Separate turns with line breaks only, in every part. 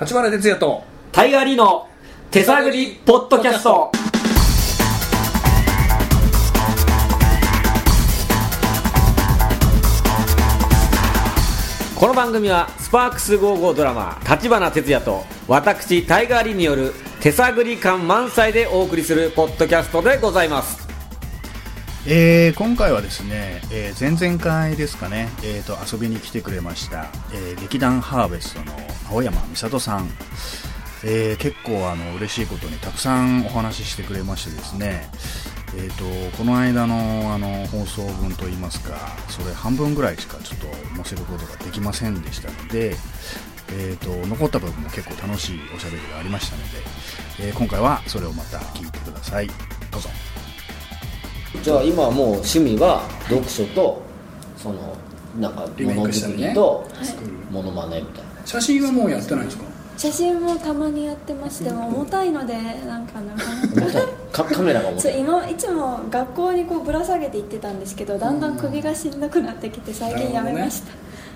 立花哲也と
タイガーリーの手探りポッドキャスト。この番組はスパークス55ドラマ立花哲也と私タイガーリーによる手探り感満載でお送りするポッドキャストでございます。
えー今回はですね、えー前々回ですかね、えーと遊びに来てくれました、えー劇団ハーベストの青山美里さん、えー結構あの嬉しいことにたくさんお話ししてくれましてですね、えーとこの間のあの放送分といいますかそれ半分ぐらいしかちょっと載せることができませんでしたので、えーと残った部分も結構楽しいおしゃべりがありましたので、えー今回はそれをまた聞いてくださいどうぞ
じゃあ今はもう趣味は読書とそのなんか
リ
も
メイ
の
クした
づ
り
く
ね
りと
作る
ものまねみたいな
写真はもうやってないんですか
写真もたまにやってましても重たいのでなんかなか
重
な
たい
か
か カメラが重
そ
た
う
い
今いつも学校にこうぶら下げて行ってたんですけどだんだん首がしんどくなってきて最近やめました、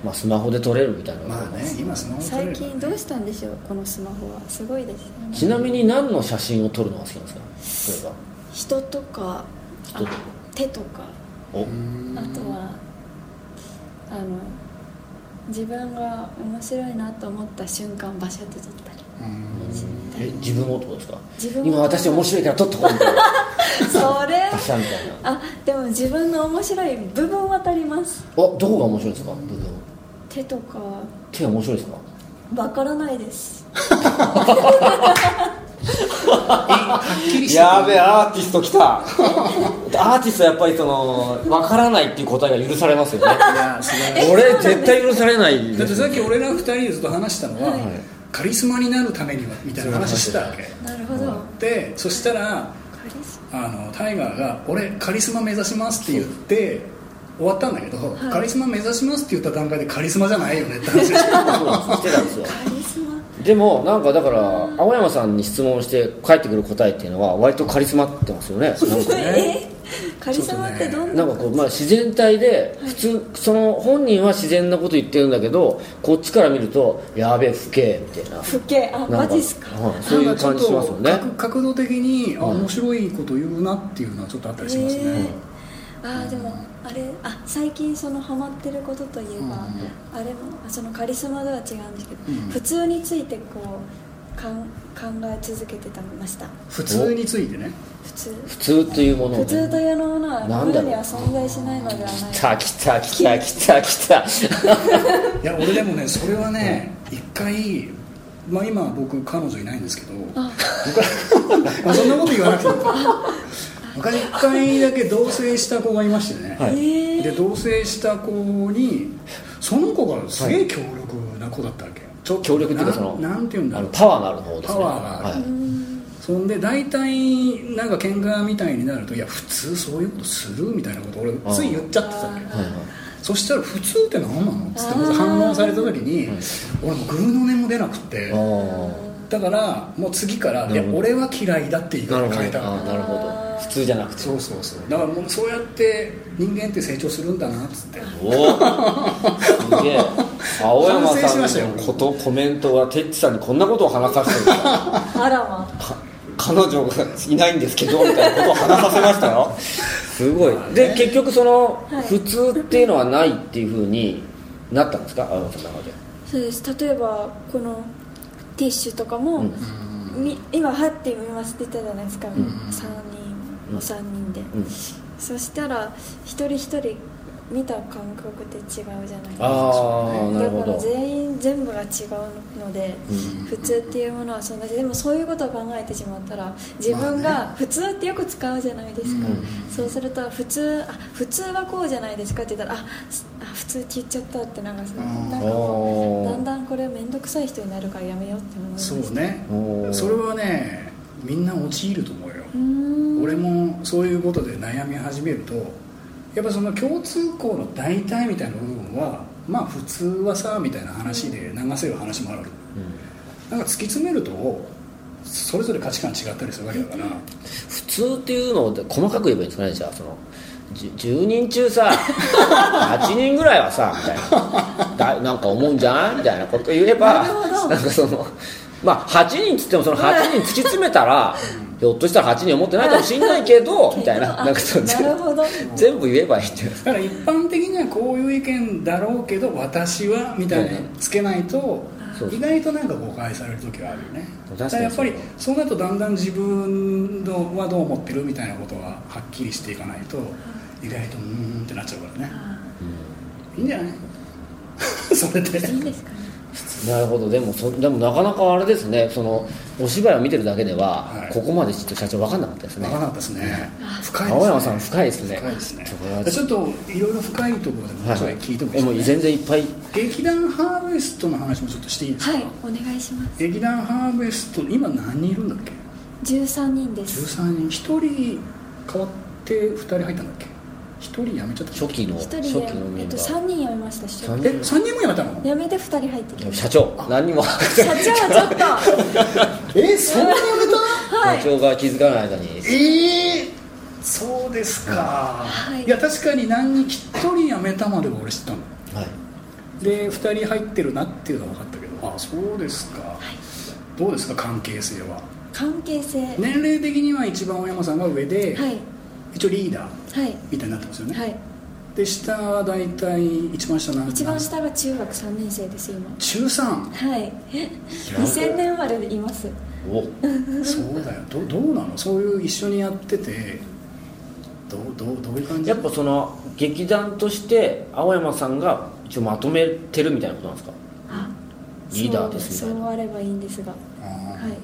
まあスマホで撮れるみたいな、
まあね今スマホ撮れる
最近どうしたんでしょうこのスマホはすごいですね
ちなみに何の写真を撮るのが好きなんですか
人とか
人
あ
と
の
か
手とか
例えば
あとはあの自分が面白いなと思った瞬間場所で撮ったり
おえ自分をってことですか
自分を
今私面白いから撮ってこいみたいな
それ
出したみたいな
あでも自分の面白い部分は撮ります
おどこが面白いですか部分
手とか
手が面白いですか
わからないです
やべえアーティスト来た。
アーティストはやっぱりそのわからないっていう答えが許されますよね俺 絶対許されないです
だってさっき俺ら二人でずっと話したのは、カリスマになるためにはみたいな話してたわけ
なるほど、
でそしたら
カリス
あのタイガーが「俺カリスマ目指します」って言って終わったんだけど、
はい
カリスマ目指しますって言った段階でカリスマじゃないよねって話をしてた
そうなんですしてたんですよ
マカリスマ
でもなんかだから青山さんに質問して返ってくる答えっていうのは割とカリスマってますよねなんか
えカリスマってどん
な
なん
かこう、まあ、自然体で普通その本人は自然なこと言ってるんだけどこっちから見ると「やべえ不敬」みたいな
不景あ
な
マ
んか
ジっすか
はいそういう感じしますよ
なん
ね
かちょっと角角度的に、あ面白いこと言うなっていうのはちょっとあったりしますね、
えーあーでもあれあ最近そのハマってることといえば、あれもそのカリスマとは違うんですけど、普通についてこうかん考え続けてたました
普通についてね
普通
普通というものを、
普
ね、
通というものは
な
世
んだろう
には存在しないのではない
来た来た来た来た来た
いや俺でもねそれはね一回まあ今僕彼女いないんですけど僕 まあそんなこと言わなくても昔一回だけ同棲した子がいましてね、
え
で同棲した子にその子がすげえ強力な子だったわけ、ちょっと
協力っていうかその
ななんていうんだ
あ
ろ
の
う
パワーのある方ですね
パワーがある
はい
そんで大体なんか喧嘩みたいになるといや普通そういうことするみたいなこと俺つい言っちゃってたわけ
はいはい
そしたら普通って何なのっつってまず反論された時に俺もうグーの音も出なくて
あー
だからもう次から「い
なる
や
ほど
俺は嫌いだ」って言い
なる
方
ほど
変えたか
あ
ら
ーなるほど普通じゃなくて
そうそうそうだからもうそうやって人間って成長するんだなっつって
おすげえ青山
反省しまし
さ
た
ん
よ
のことコメントはテッチさんにこんなことを話させてるから
あらま
か彼女がいないんですけどみたいなことを話させましたよ すごいで結局その
はい
普通っていうのはないっていうふうになったんですか青山さんの中で
そうです例えばこのティッシュとかも、み今はって見ますって言ったじゃないですか、三
うん
3人3人で、
ん
そしたら一人一人見た感覚って違うじゃないですか
ああなる
だ
ほ
から
ど
全員全部が違うので、普通っていうものはそんなでもそういうことを考えてしまったら自分が普通ってよく使うじゃないですか、そうすると普通あ普通はこうじゃないですかって言ったらあすあ普通って言っちゃったってなんかそのなんかこ
あー
うだんだんこれ面倒くさい人になるからやめようって思いました
そうね
おー
それはねみんな陥ると思うよ
うーん
俺もそういうことで悩み始めるとやっぱその共通項の大体みたいな部分はまあ普通はさみたいな話で流せる話もある、なんか突き詰めるとそれぞれ価値観違ったりするわけだから
普通っていうのを細かく言えばいいんですかねじゃあそのじ10人中 さ8人ぐらいはさみたいなだなんか思うんじゃんみたいなこと言えば
なるほど
んかそのまあ8人っつってもその8人突き詰めたらひょっとしたら8人思ってないかもしんないけ どみたいななんかその
なるほど
全部言えばいいっていう
だから一般的にはこういう意見だろうけど私はみたいなのつけないと
そうそう
意外となんか誤解される時はあるよね
確
だ
かに
からやっぱりそうなるとだんだん自分のはどう思ってるみたいなことがはっきりしていかないと意外とうーんってなっちゃうからねいいんじゃない それで
いいですかね
なるほどでもそでもなかなかあれですねそのお芝居を見てるだけでは、
はい
ここまでちょっと社長分かんなかったですね
なかなかですね深いですね
青山さん深いですね
深いですね
そこは
ちょっといろいろ深いところでも
は
うちょ
はい
聞いてもい
え
い
も
で
う
すか、ね
全然いっぱい
劇団ハーベストの話もちょっとしていいですか、
はいお願いします
劇団ハーベスト今何人いるんだっけ
13人です
13人1人変わって2人入ったんだっけ1人辞めちゃった
初期の
一
初
人
期
で、
のメ
えっ
ンバ
と、
ー、
3人辞めましたし
三
え3人も辞めたの
辞めて2人入ってきまし
社長何にも
た社長はちょっ
えそんな辞め
とはい
社長が気づかない間に
たええそうですか、
はい
いや確かに何人1人辞めたまでは俺知ったの
はい
で2人入ってるなっていうのは分かったけどあそうですか、どうですか関係性は
関係性はい
年齢的には一番青山さんが上で、
はい
一応リーダーみたいになってますよね、
はい
で下は大体一番下なん
一番下が中学3年生です今
中3
はい2000年生まれでいます
お
そうだよどどうなのそういう一緒にやっててどうどうどういう感じ
やっぱその劇団として青山さんが一応まとめてるみたいなことなんですか
あ
リーダーです
そう
みたい
そう
な
あればいいんですが
あ
は
ー
い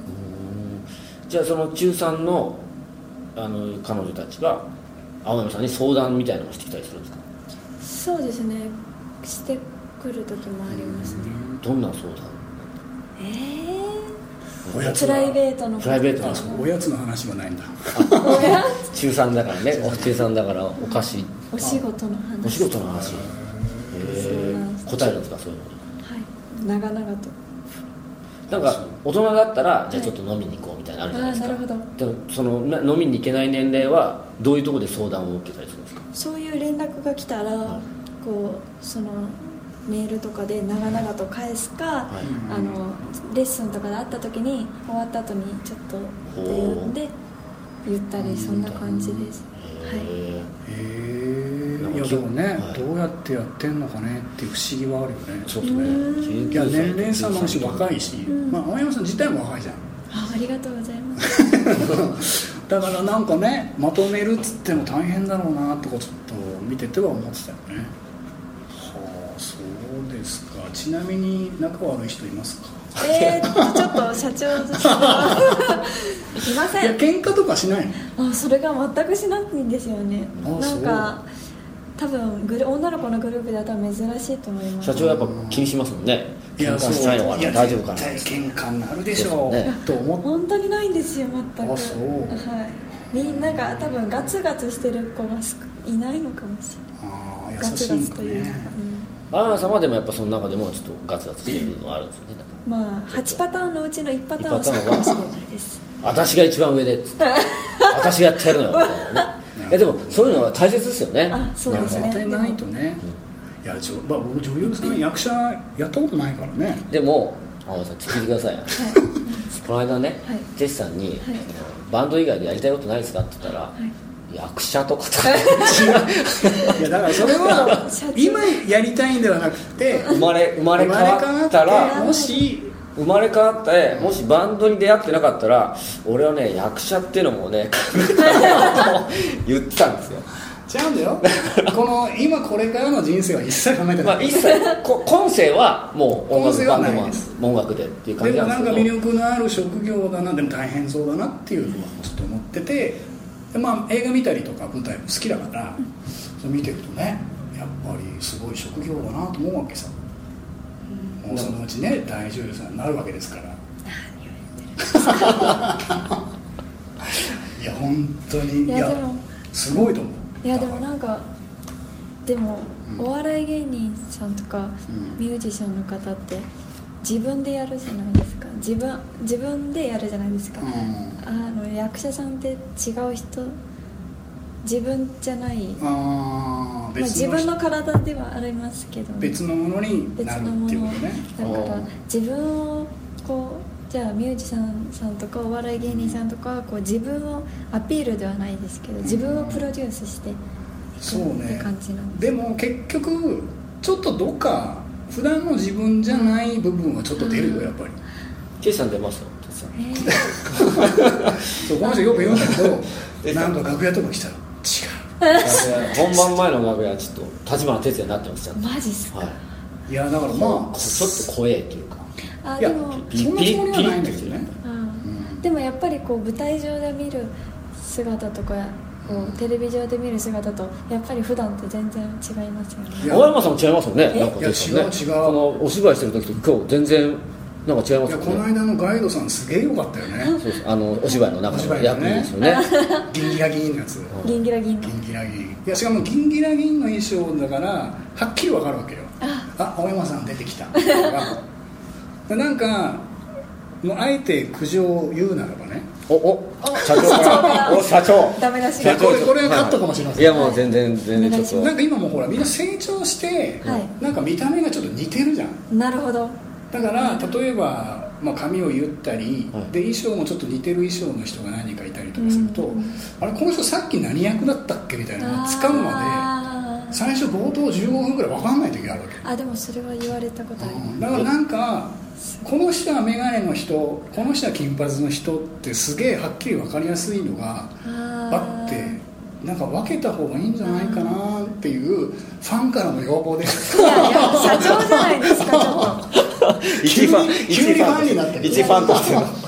じゃあその中3のあの彼女たちが青山さんに相談みたいなのをしてきたりするんですか
そうですねしてくる時もありますね
どんな相談
え
お
え
や
ー、プ
つ
ライ
は
ベートの
プライベート
あそうおやつの話はないんだ
中3だからね中3だからお菓子
お仕事の話
お仕事の話へ
そう
え
なんです
答えるんですかそういうの
はい長々と
なんか大人だったらじゃあちょっと飲みに行こうみたいなのあるじゃないですか
あーなる
でもそのな飲みに行けない年齢はどういうところで相談を受けたりするんですか
そういう連絡が来たら、
はい
こうそのメールとかで長々と返すか、
はい
あのレッスンとかで会った時に終わった後にちょっとって呼んで言ったりそんな感じですは
へ
い
へえ
なん
い
か
や
気
で
を
もね、
はい
どうやってやってんのかねっていう不思議はあるよね
えちょっとね
うん
いや
19歳
年齢差もあるし若いし、
うん
まあ、青山さん自体も若いじゃん
あありがとうございます
だからなんかねまとめるっつっても大変だろうなとかちょっと見てては思ってたよねはあそうですかちなみに仲悪い人いますか
えー、ちょっと社長ずつ いま
い
せ
や
ん
喧嘩とかしないの
あそれが全くしないんですよね
あ
なんか多分グル女の子のグループでは多分珍しいと思います
社長やっぱ気にしますもんね喧嘩しないのか
い
な
や
大丈夫かな
絶対喧嘩になるでしょう
そうですね
と思っ
本当にないんですよ全く
あそう
はいみんなが多分ガツガツしてる子が少いないのかもしれない
ああ優
ガツ
しい
ガ
ん
ツ
か
というか、
ね
青山さんはでもやっぱその中でもちょっとガツガツしてるのがあるんですよね
うん、まあ8パターンのうちの1パターンは
一
そ
パター
う
ン
か
は
もしれないです
私が一番上でっつって 私がやってやるのよみたいなねいやでもそういうのは大切ですよね
あそうですね
絶対ないとねいやちょ、まあ、僕女優さん役者やったことないから ね
でも青山さん聞いてくださいよこの間ね、
はい
ジェシさんに、
はい
バンド以外でやりたいことないですか?」って言ったら「役者とか」とか
いやだからそれは
社長
今やりたいんではなくて
生まれ生まれ変わった
生まれ変わっ
ら
てもし
生まれ変わってもしバンドに出会ってなかったら俺はね役者っていうのもね言ってた んですよ
違うんだよこの今これからの人生は一切考えて
ま
な
あ
い、
一切こ今世はもう音
今
楽
世は
バンド
ない
も
です
音楽でっていう感じ
で
な
も
んで
なん
す
か
け
魅
ど
力のある職業だなでも大変そうだなっていうのはちょっと思っててで、まあ、映画見たりとか舞台も好きだから、それ見てるとねやっぱりすごい職業だなと思うわけさ、もうそのうちね大女優さんになるわけですからいや本当に
いやでも
すごいと思う
い
い
やでもなんかでも、
うん
お笑い芸人さんとか、
うん
ミュージシャンの方って自分でやるじゃないですか自分自分でやるじゃないですか、
うん
あの役者さんって違う人自分じゃない、ま
ああ
あ、
別
自
の
分の体ではありますけど、
別のものに
別
なる
のも
っていうこ
の
とね
だから自分をこうじゃあミュージシャンさんとかお笑い芸人さんとかはこう自分をアピールではないですけど自分をプロデュースしてい
そう
くって
ね
感じなんで
でも結局ちょっとどっか普段の自分じゃない部分はちょっと出るよやっぱり
ケイさん出ますよケイさん
すね、
そうこの人よく言うんだ けどなんか楽屋とか来たら違
本番前の楽屋ちょっと立花哲也になってますちゃん
えー
と、
マジっすか、
はい、
ういやだからまあ
ちょっと怖えというか
あ
いや
でも
そんなつもりはないんだけどね
あーでもやっぱりこう舞台上で見る姿とかこうテレビ上で見る姿とやっぱり普段と全然違いますよね
いや
青山さんも違いますもんね
え
なんか
いや
哲也さん
違う
ね
違う
このお芝居してる時と今日全然なんか違いま
い
す
や
も
この
んね
間のガイドさんすげえ良かったよね
そうですあのお芝居の中の役ですよね
ギンギラギンのやつ
ギンギラギン
ギンギラギンいやしかもギンギラギンの衣装だからはっきりわかるわけよあ青山さん出てきたあなんかもうあえて苦情を言うならばね
おお社長からお社長
ダメ出し
いや
が
これこれカットかもしれません
いやもう全然全然ちょっ
なん
と
か今もほらみんな成長して、
はい
なんか見た目がちょっと似てるじゃん
なるほど
だから例えば、まあ、髪を結ったり、
はい
で衣装もちょっと似てる衣装の人が何人かいたりとかすると、
うん
あれこの人さっき何役だったっけみたいなのをつかむま
あ
で
ー
最初冒頭15分ぐらい分かんない時があるわけ
あでもそれは言われたことあります、
だからなんかこの人は眼鏡の人この人は金髪の人ってすげえはっきり分かりやすいのがあ
あー
ってなんか分けた方がいいんじゃないかなっていうファンからの要望で
いやいや社長じゃないですかちょっ
急
一
に
ファン
急
一
に
フ
ファンになっ
ァ
て
ン一ファンとしての
なんか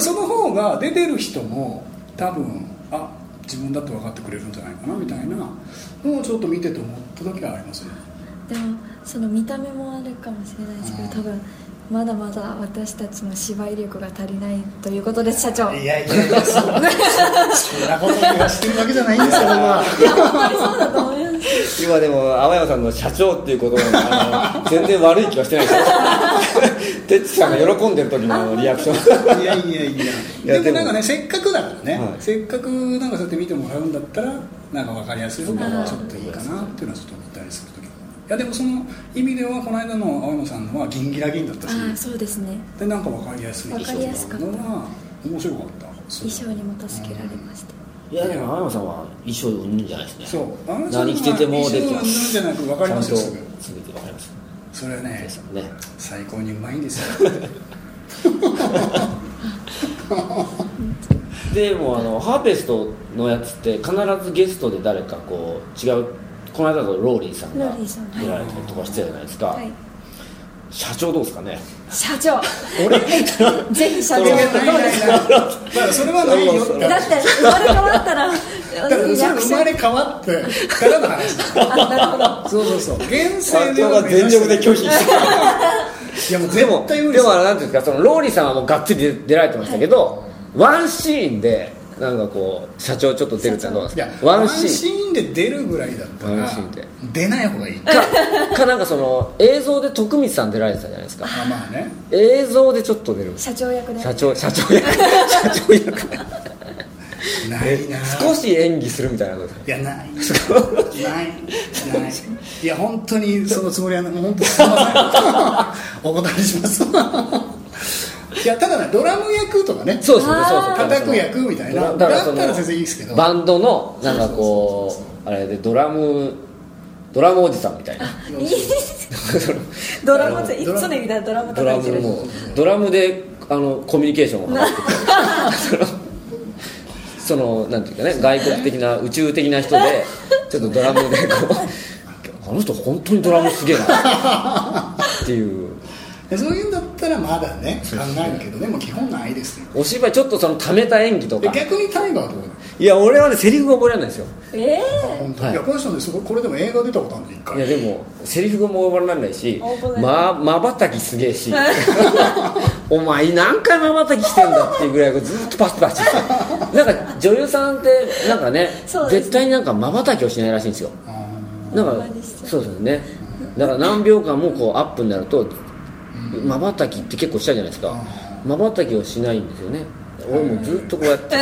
その方が出てる人も多分あ自分だと分かってくれるんじゃないかなみたいなのをちょっと見てて思った時はありますね
とでもその見た目もあるかもしれないですけど多分まだまだ私たちの芝居力が足りないということです社長
いやいやいやそんなそんなこと言わしてるわけじゃないんですよ今
そうだと思います
今でも青山さんの社長っていうことなんであの全然悪い気はしてない ですよてっちさんが喜んでる時のリアクション
いやいやい
いや
やでもなんかねせっかくだからね、
はい
せっかくなんかそうやって見てもらうんだったらなんか分かりやすい方がちょっといいかなっていうのはちょっと思ったりする時もいやでもその意味ではこの間の青山さんのはギンギラギンだったし
ああそうですね
でなんか分かりやすい
分かりやすかった
のは面白かったそう
衣装にも助けられました
いやでも青山さんは衣装を売るんじゃないですね
そうあの人
何着ててもできま
衣装
す
なんじゃなく分かりますよ
ちゃ
す
ん
ぐ
と全て分かります
それはね
ケイさんね
最高にうまいんです よ
でもあのハーベストのやつって必ずゲストで誰かこう違うこの間だとローリーさん
ロ
が
ーリーさんはい
出られたりとかしてたじゃないですか、
はい
社長どうですかね
社長ぜひ社長どう
い
で
や
す
ない
か
ないないだからそれはないよって
だ
話
って生まれ変わったら
だからそれは生まれ変わってからの話
あなるほど
そうそうそう現
社
世で
長
は
が
目
全
指して
力で拒否し
い
て
やもう
でも
絶対無理
ですもあれなんていうんですかそのローリーさんはもうがっつり出出られてましたけど、ワンシーンでなんかこう社長ちょっと出るってのはどう
い
な
や
んですか
ワ
ワン
ンシ
シーン
ーンで出るぐらいだった
ワン
ら
シーンで
出ない方がいい
かかなんかその映像で徳光さん出られてたじゃないですか
まあまあね
映像でちょっと出る
社長役で
社長社長役社長役
ないな
少し演技するみたいなことです
いやないないないいや本当にそのつもりはないもう本当すいませ んお断りしますいやただねドラム役とかね
そうですね
あー
そうそう
叩く役みたいな
その
だったら全然いいですけど
バンドのなんかこうあれでドラムドラムおじさんみたいな
いい ドラムでいつの意味だドラム
ドラ
叩いて
ム
る
もドラムであのコミュニケーションを図ってそのそのなんていう かね外国的な宇宙的な人でちょっとドラムでこうあの人本当にドラムすげえなっていう
でそういうんだったらまだね考えるけどでも基本ないですよ
お芝居ちょっとその溜めた演技と
で
か
逆にタイガーはどうなの
いや俺はねセリフが覚えられないんですよ
ええ
本当
はい
いやこの人ねすごいこれでも映画出たことあるんで一
い
回
やでもセリフがもう覚えられないし
覚えられな
ままばたきすげえし お前何回まばたきしてんだっていうぐらいずっとパチパチ なんか女優さんってなんかね
そうですね
絶対になんかまばたきをしないらしいんですよ
あ
なんか
ほんまです
そうですよねだから何秒間もこうアップになるとまばたきって結構したじゃないですかまばたきをしないんですよね俺もうずっとこうやって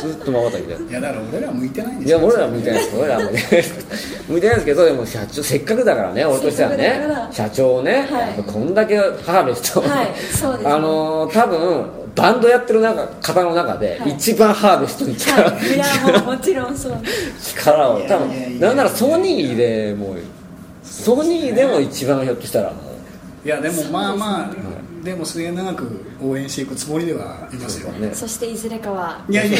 ずっとまばたきで
いやだから俺らは向いてないんで
い
すよ
や俺らは向いてないです俺らは向いてないです向いてないですけどでも社長せっかくだからね俺としては
せっか
ね
くだから
社長をね、
はい
こんだけハーベスト、
はいそうですね
あのー多分バンドやってる中方の中で、
はい
一番ハーベストに力,、
はい、いやもうもちろんそうです
力を多
いやいやい
分
や
なんならソニーでもうソニーでも一番ひょっとしたらもう。
いやでもまあまあでも末永く応援していくつもりではいますよ
ね
そしていずれかはい
やいや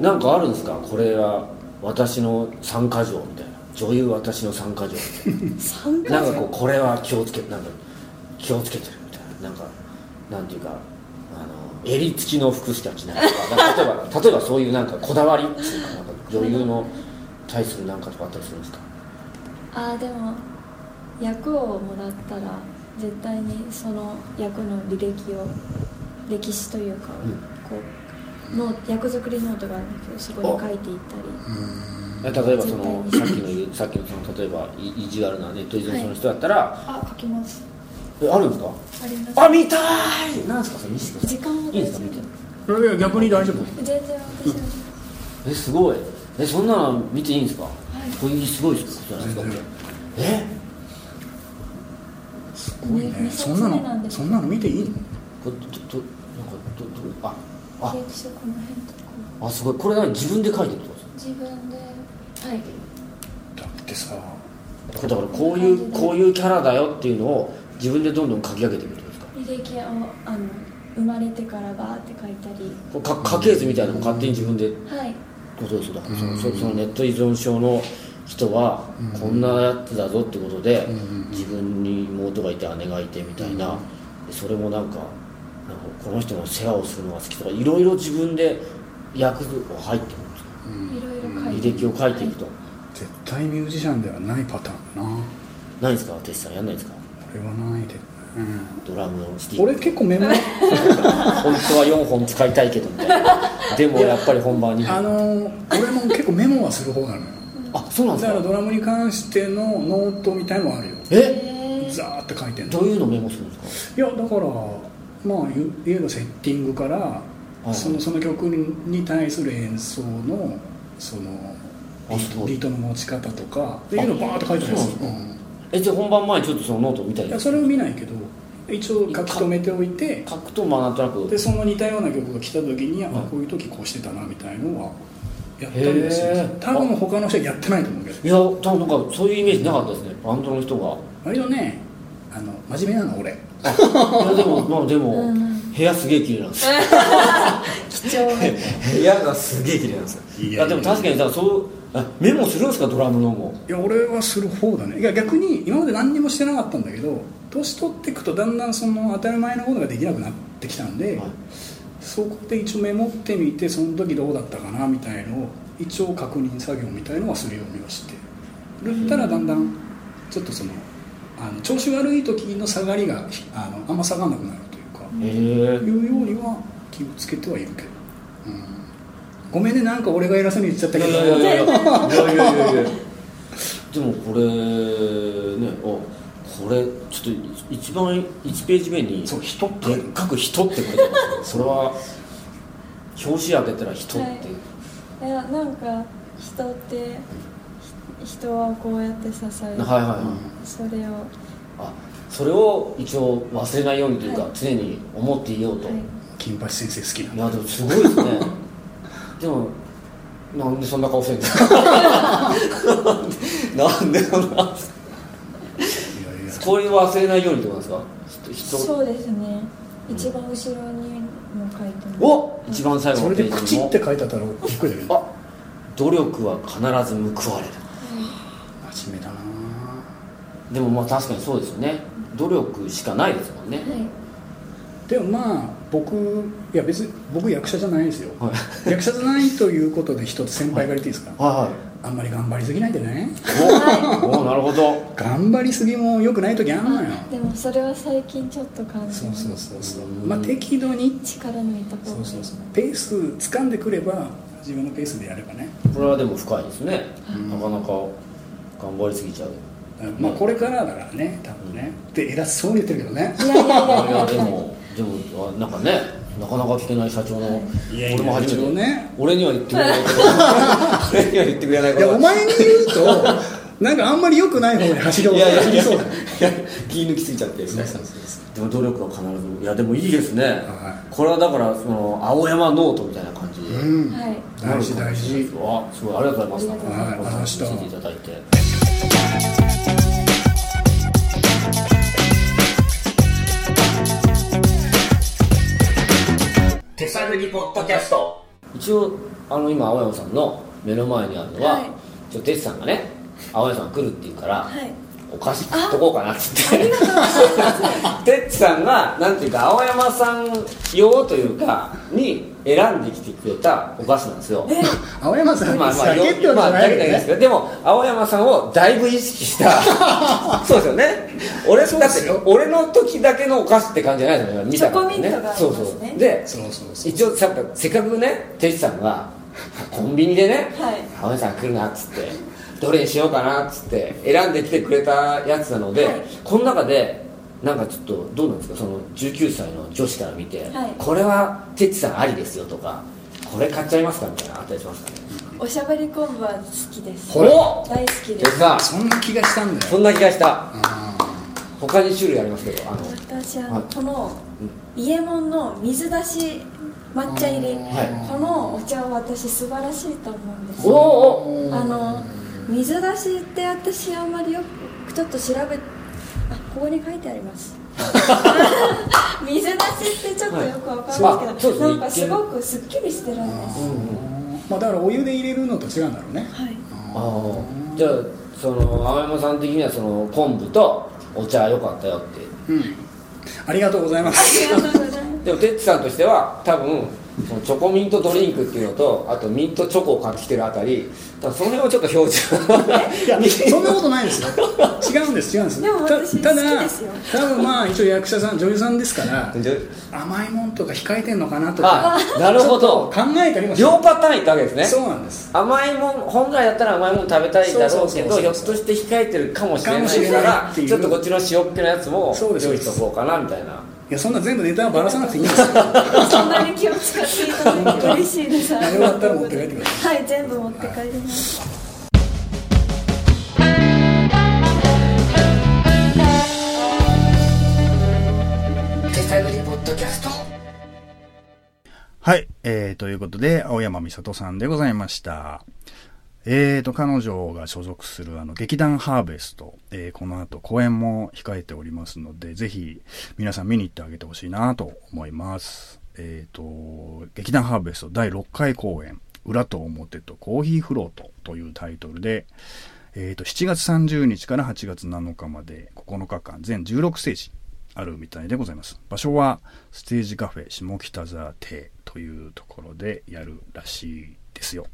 なんかあるんですかこれは私の参加条みたいな女優私の参加条み
参
たいなな
加
んかこうこれは気をつけなんか気をつけてるみたいななんかなんていうかあの襟付きの服しか着ないとかなんか例えば 例えばそういうなんかこだわりっていうかなんか女優の対するなんかとかあったりするんですか
ああでも役をもらったら絶対にその役の履歴を歴史というか、
うん
こうノー役作りノートがあるんだけどそこに書いていったり
例えばそのさっきの言うさっきのその例えばい意地悪なネット依存症の人だったら、
あ書きます
えあるんですか
あります
あ見たいなんですかそれ見せてください
時間はい
いですか見て
いや逆に大丈夫
全然私は
えすごいえそんなの見ていいんですか、
い
これすごいですことじゃないですかえ
すごいね
ね
そんな
二冊目なん
の
です
そんなの見ていいの
これどどなんかどどあ
履
あ
歴書この辺とか
あすごいこれ何自分で書いてるってことで
自分ではい
だってさ
すかだからこういうこういうキャラだよっていうのを自分でどんどん書き上げていくってことですか
履歴をあの生まれてからバーって書いたり
これか家系図みたいなのも勝手に自分で
はい
そうそうだからそのそそのネット依存症の人はこんなやつだぞってことで、自分に妹がいて姉がいてみたいな、でそれもなんかなんかこの人の世話をするのが好きとかいろいろ自分で役を入って
いろいろ
く
書い
履
て
歴を書いていくと、
絶対ミュージシャンではないパターンだな
ないですか哲さんやんないですか
俺はないで、
ドラムのスティ
うん、
ッ
俺
ク
結構メ モ
本当は4本使いたいけどみたい なでもやっぱり本番に
あ
あ
の俺も結構メモはする方なのよ
そうなん
だ
で
か
す
ら
か
ドラムに関してのノートみたいのはあるよ
え
ザーって書いてんの
どういうのメモするんですか
いやだからまあ言う言えばセッティングから、
い
そのその曲に対する演奏のその
あすごい
ビートの持ち方とかっていうのをバーッと書いてるんですよ
そうな
うん
えじゃあ本番前にちょっとそのノートを見たり
いやそれを見ないけど一応書き留めておいて
書くとまあなんとなく
でその似たような曲が来た時に、
は
あ
い
こういう時こうしてたなみたいのはやったりです
へ
よ
ー
多分他の人はやってないと思うけど
いや多分なんかそういうイメージなかったですねバンドの人が
割とねあの真面目なの俺
いやでもまあでも、
うん
部屋すげえ綺麗なんですよ
貴重
部屋がすげえ綺麗なんですよいや
いやいや
でも確かにだからそうあメモするんですかドラムのも
いや俺はする方だねいや逆に今まで何にもしてなかったんだけど年取っていくとだんだんその当たり前のことができなくなってきたんで、
はい
そこで一応メモってみてその時どうだったかなみたいのを一応確認作業みたいのはするようにはしてるったらだんだんちょっとそのあの調子悪い時の下がりがひあのあんま下がらなくなるというか、
へえ
いうようには気をつけてはいるけど、うん、ごめんねなんか俺が偉そうに言っちゃった
い
け
や
ど
いやいやいやいやいやいやいやでもこれねあこれちょっと一番1ページ目に
そう人って
でっかく「人」って書いてますそれは表紙開けたら「人」って、
はいいやなんか人ってひ人はこうやって支える、
はいはいはい、
それを
あそれを一応忘れないようにというか、
はい
常に思っていようと、、
はいい
金八先生好きなの
やでもすごいですねでもなんでそんな顔してんですか なんでそんない
やいや
これを忘れないようにってことなんですか人人
そうですね一番後ろにも書いてます
お一番最後
そ
の
れ
ペ
で「
ー
口
ジ」に
っ
も
て書いてあったらびっくりだけど
あ努力は必ず報われ
真
る
面目だな
でもまあ確かにそうですよね努力しかないですもんね、
はい
でもまあ僕いや別に僕役者じゃないですよ、
は
役者じゃないということで一つ先輩から言っていいですか、
は
あんまり頑張りすぎないでね
いはいおおなるほど
頑張りすぎも良くない時あんのよ
あでもそれは最近ちょっと感じ
そう
ます
そうそうそう
うん
まあ適度に
力抜いた方が
そうそうそうペース掴んでくれば自分のペースでやればね、
これはでも深いですね、なかなか頑張りすぎちゃう
まあ、これからだからね多分ねって偉そうに言ってるけどね
いやいや
い
いや
やでもでもあなんかねなかなか聞けない社長の
いやいや
俺も初
社長
めて、
ね
俺には言ってくれないけど俺には言ってくれない
い
か
や
ら
お前に言うとなんかあんまり良くない方に走りを
いやいやいや
そうだね
いや気抜きすぎちゃってるでも努力は必ずいやでもいいですね、
は
これはだからその青山ノートみたいな感じで、
うん
はい
大事大事
あすごいありがとうございます
はい
ありがとうございました
こんな話聞いていただいて
手探りポッドキャスト
一応あの今青山さんの目の前にあるのは、
はい
ちょっと哲さんがね青山さん来るって言うから、
はい
お菓子買っとこうかなっつっ
あり
て
がとうござい
てっちさんがなんていうか青山さん用というかに選んできてくれたお菓子なんですよ
ます
青山さん
まあ
に
まあ、
避
よ
けってわけ
ま
じ
あ、
ゃ
だ
ない
け
けど
ないです
ね
けど、でも、青山さんをだいぶ意識 した。そうですよね。俺、
そう
だ
で
って
すよ、
俺の時だけのお菓子って感じじゃないですよね。見た感じね
チョコミントがあります
そう
ね
そう。で、
そうそうそう
一応、さっきせっかくね、てっちさんが、 コンビニでね
はい、
青山さん来るなっつって、どれにしようかなっつって、選んできてくれたやつなので
はい、
この中で、なんかちょっとどうなんですかその19歳の女子から見て、
はい
これはてっちさんありですよとかこれ買っちゃいますかみたいなのあったりしますかね
おしゃべり昆布は好きです
ほら
大好きで
ですさ
そんな気がしたんだ
そ
よ
んな気がした
あ
他に種類ありますけどあの
私は
はい
この伊右衛門の水出し抹茶入り
はい
このお茶は私素晴らしいと思うんです
おおお
あの水出しって私あんまりよくちょっと調べあここに書いてあります 水出しってちょっとよくわかんない
はい
け
そう
ど、
あそうですね
なんかすごくすっきりしてるんです
ーまあだからお湯で入れるのと違うんだろうね
はい
ああじゃあその青山さん的にはその昆布とお茶良かったよって
うんありがとうござい ます
ありがとうございます
でもてっちさんとしては多分そのチョコミントドリンクっていうのとあとミントチョコを買ってきてるあたり多分その辺をちょっと表示
いやそんなことないですよ違うんです違うんです
でも私
たた
好き
だ
ですよ
多分まあ一応役者さん女優さんですから
で
甘いもんとか控えてんのかなとか
あなるほ
考
ど
えたりもし
両パターンいったわけですね
そうなんです
甘いもん本来だったら甘いもん食べたいだろうけど
そうそうそうそう
ひょっとして控えてるかもしれない
かもしれ
か
ない
ら
っていう
ちょっとこっちの塩っ気のやつも
そう
用
で
意
すそうで
し
す
とこうかなみたいない
やそんな全部ネタはばらさなくていいんですよ
そんなに気を使っていただいて嬉しいです。よ
よかったら持って帰ってくだ
さい。はい、全部持って帰ります。
はい、えー、ということで、青山美里さんでございました。えーと、彼女が所属するあの劇団ハーベスト、えーこの後公演も控えておりますので、ぜひ皆さん見に行ってあげてほしいなと思います。えーと、劇団ハーベスト第6回公演、裏と表とコーヒーフロートというタイトルで、えーと、7月30日から8月7日まで9日間、全16ステージあるみたいでございます。場所はステージカフェ下北沢亭というところでやるらしいですよ。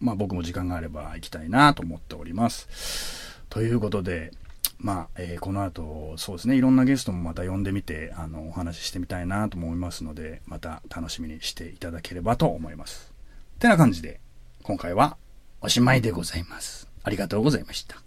まあ僕も時間があれば行きたいなと思っております。ということで、まあ、えーこの後、そうですね、いろんなゲストもまた呼んでみて、あの、お話ししてみたいなと思いますので、また楽しみにしていただければと思います。てな感じで、今回はおしまいでございます。ありがとうございました。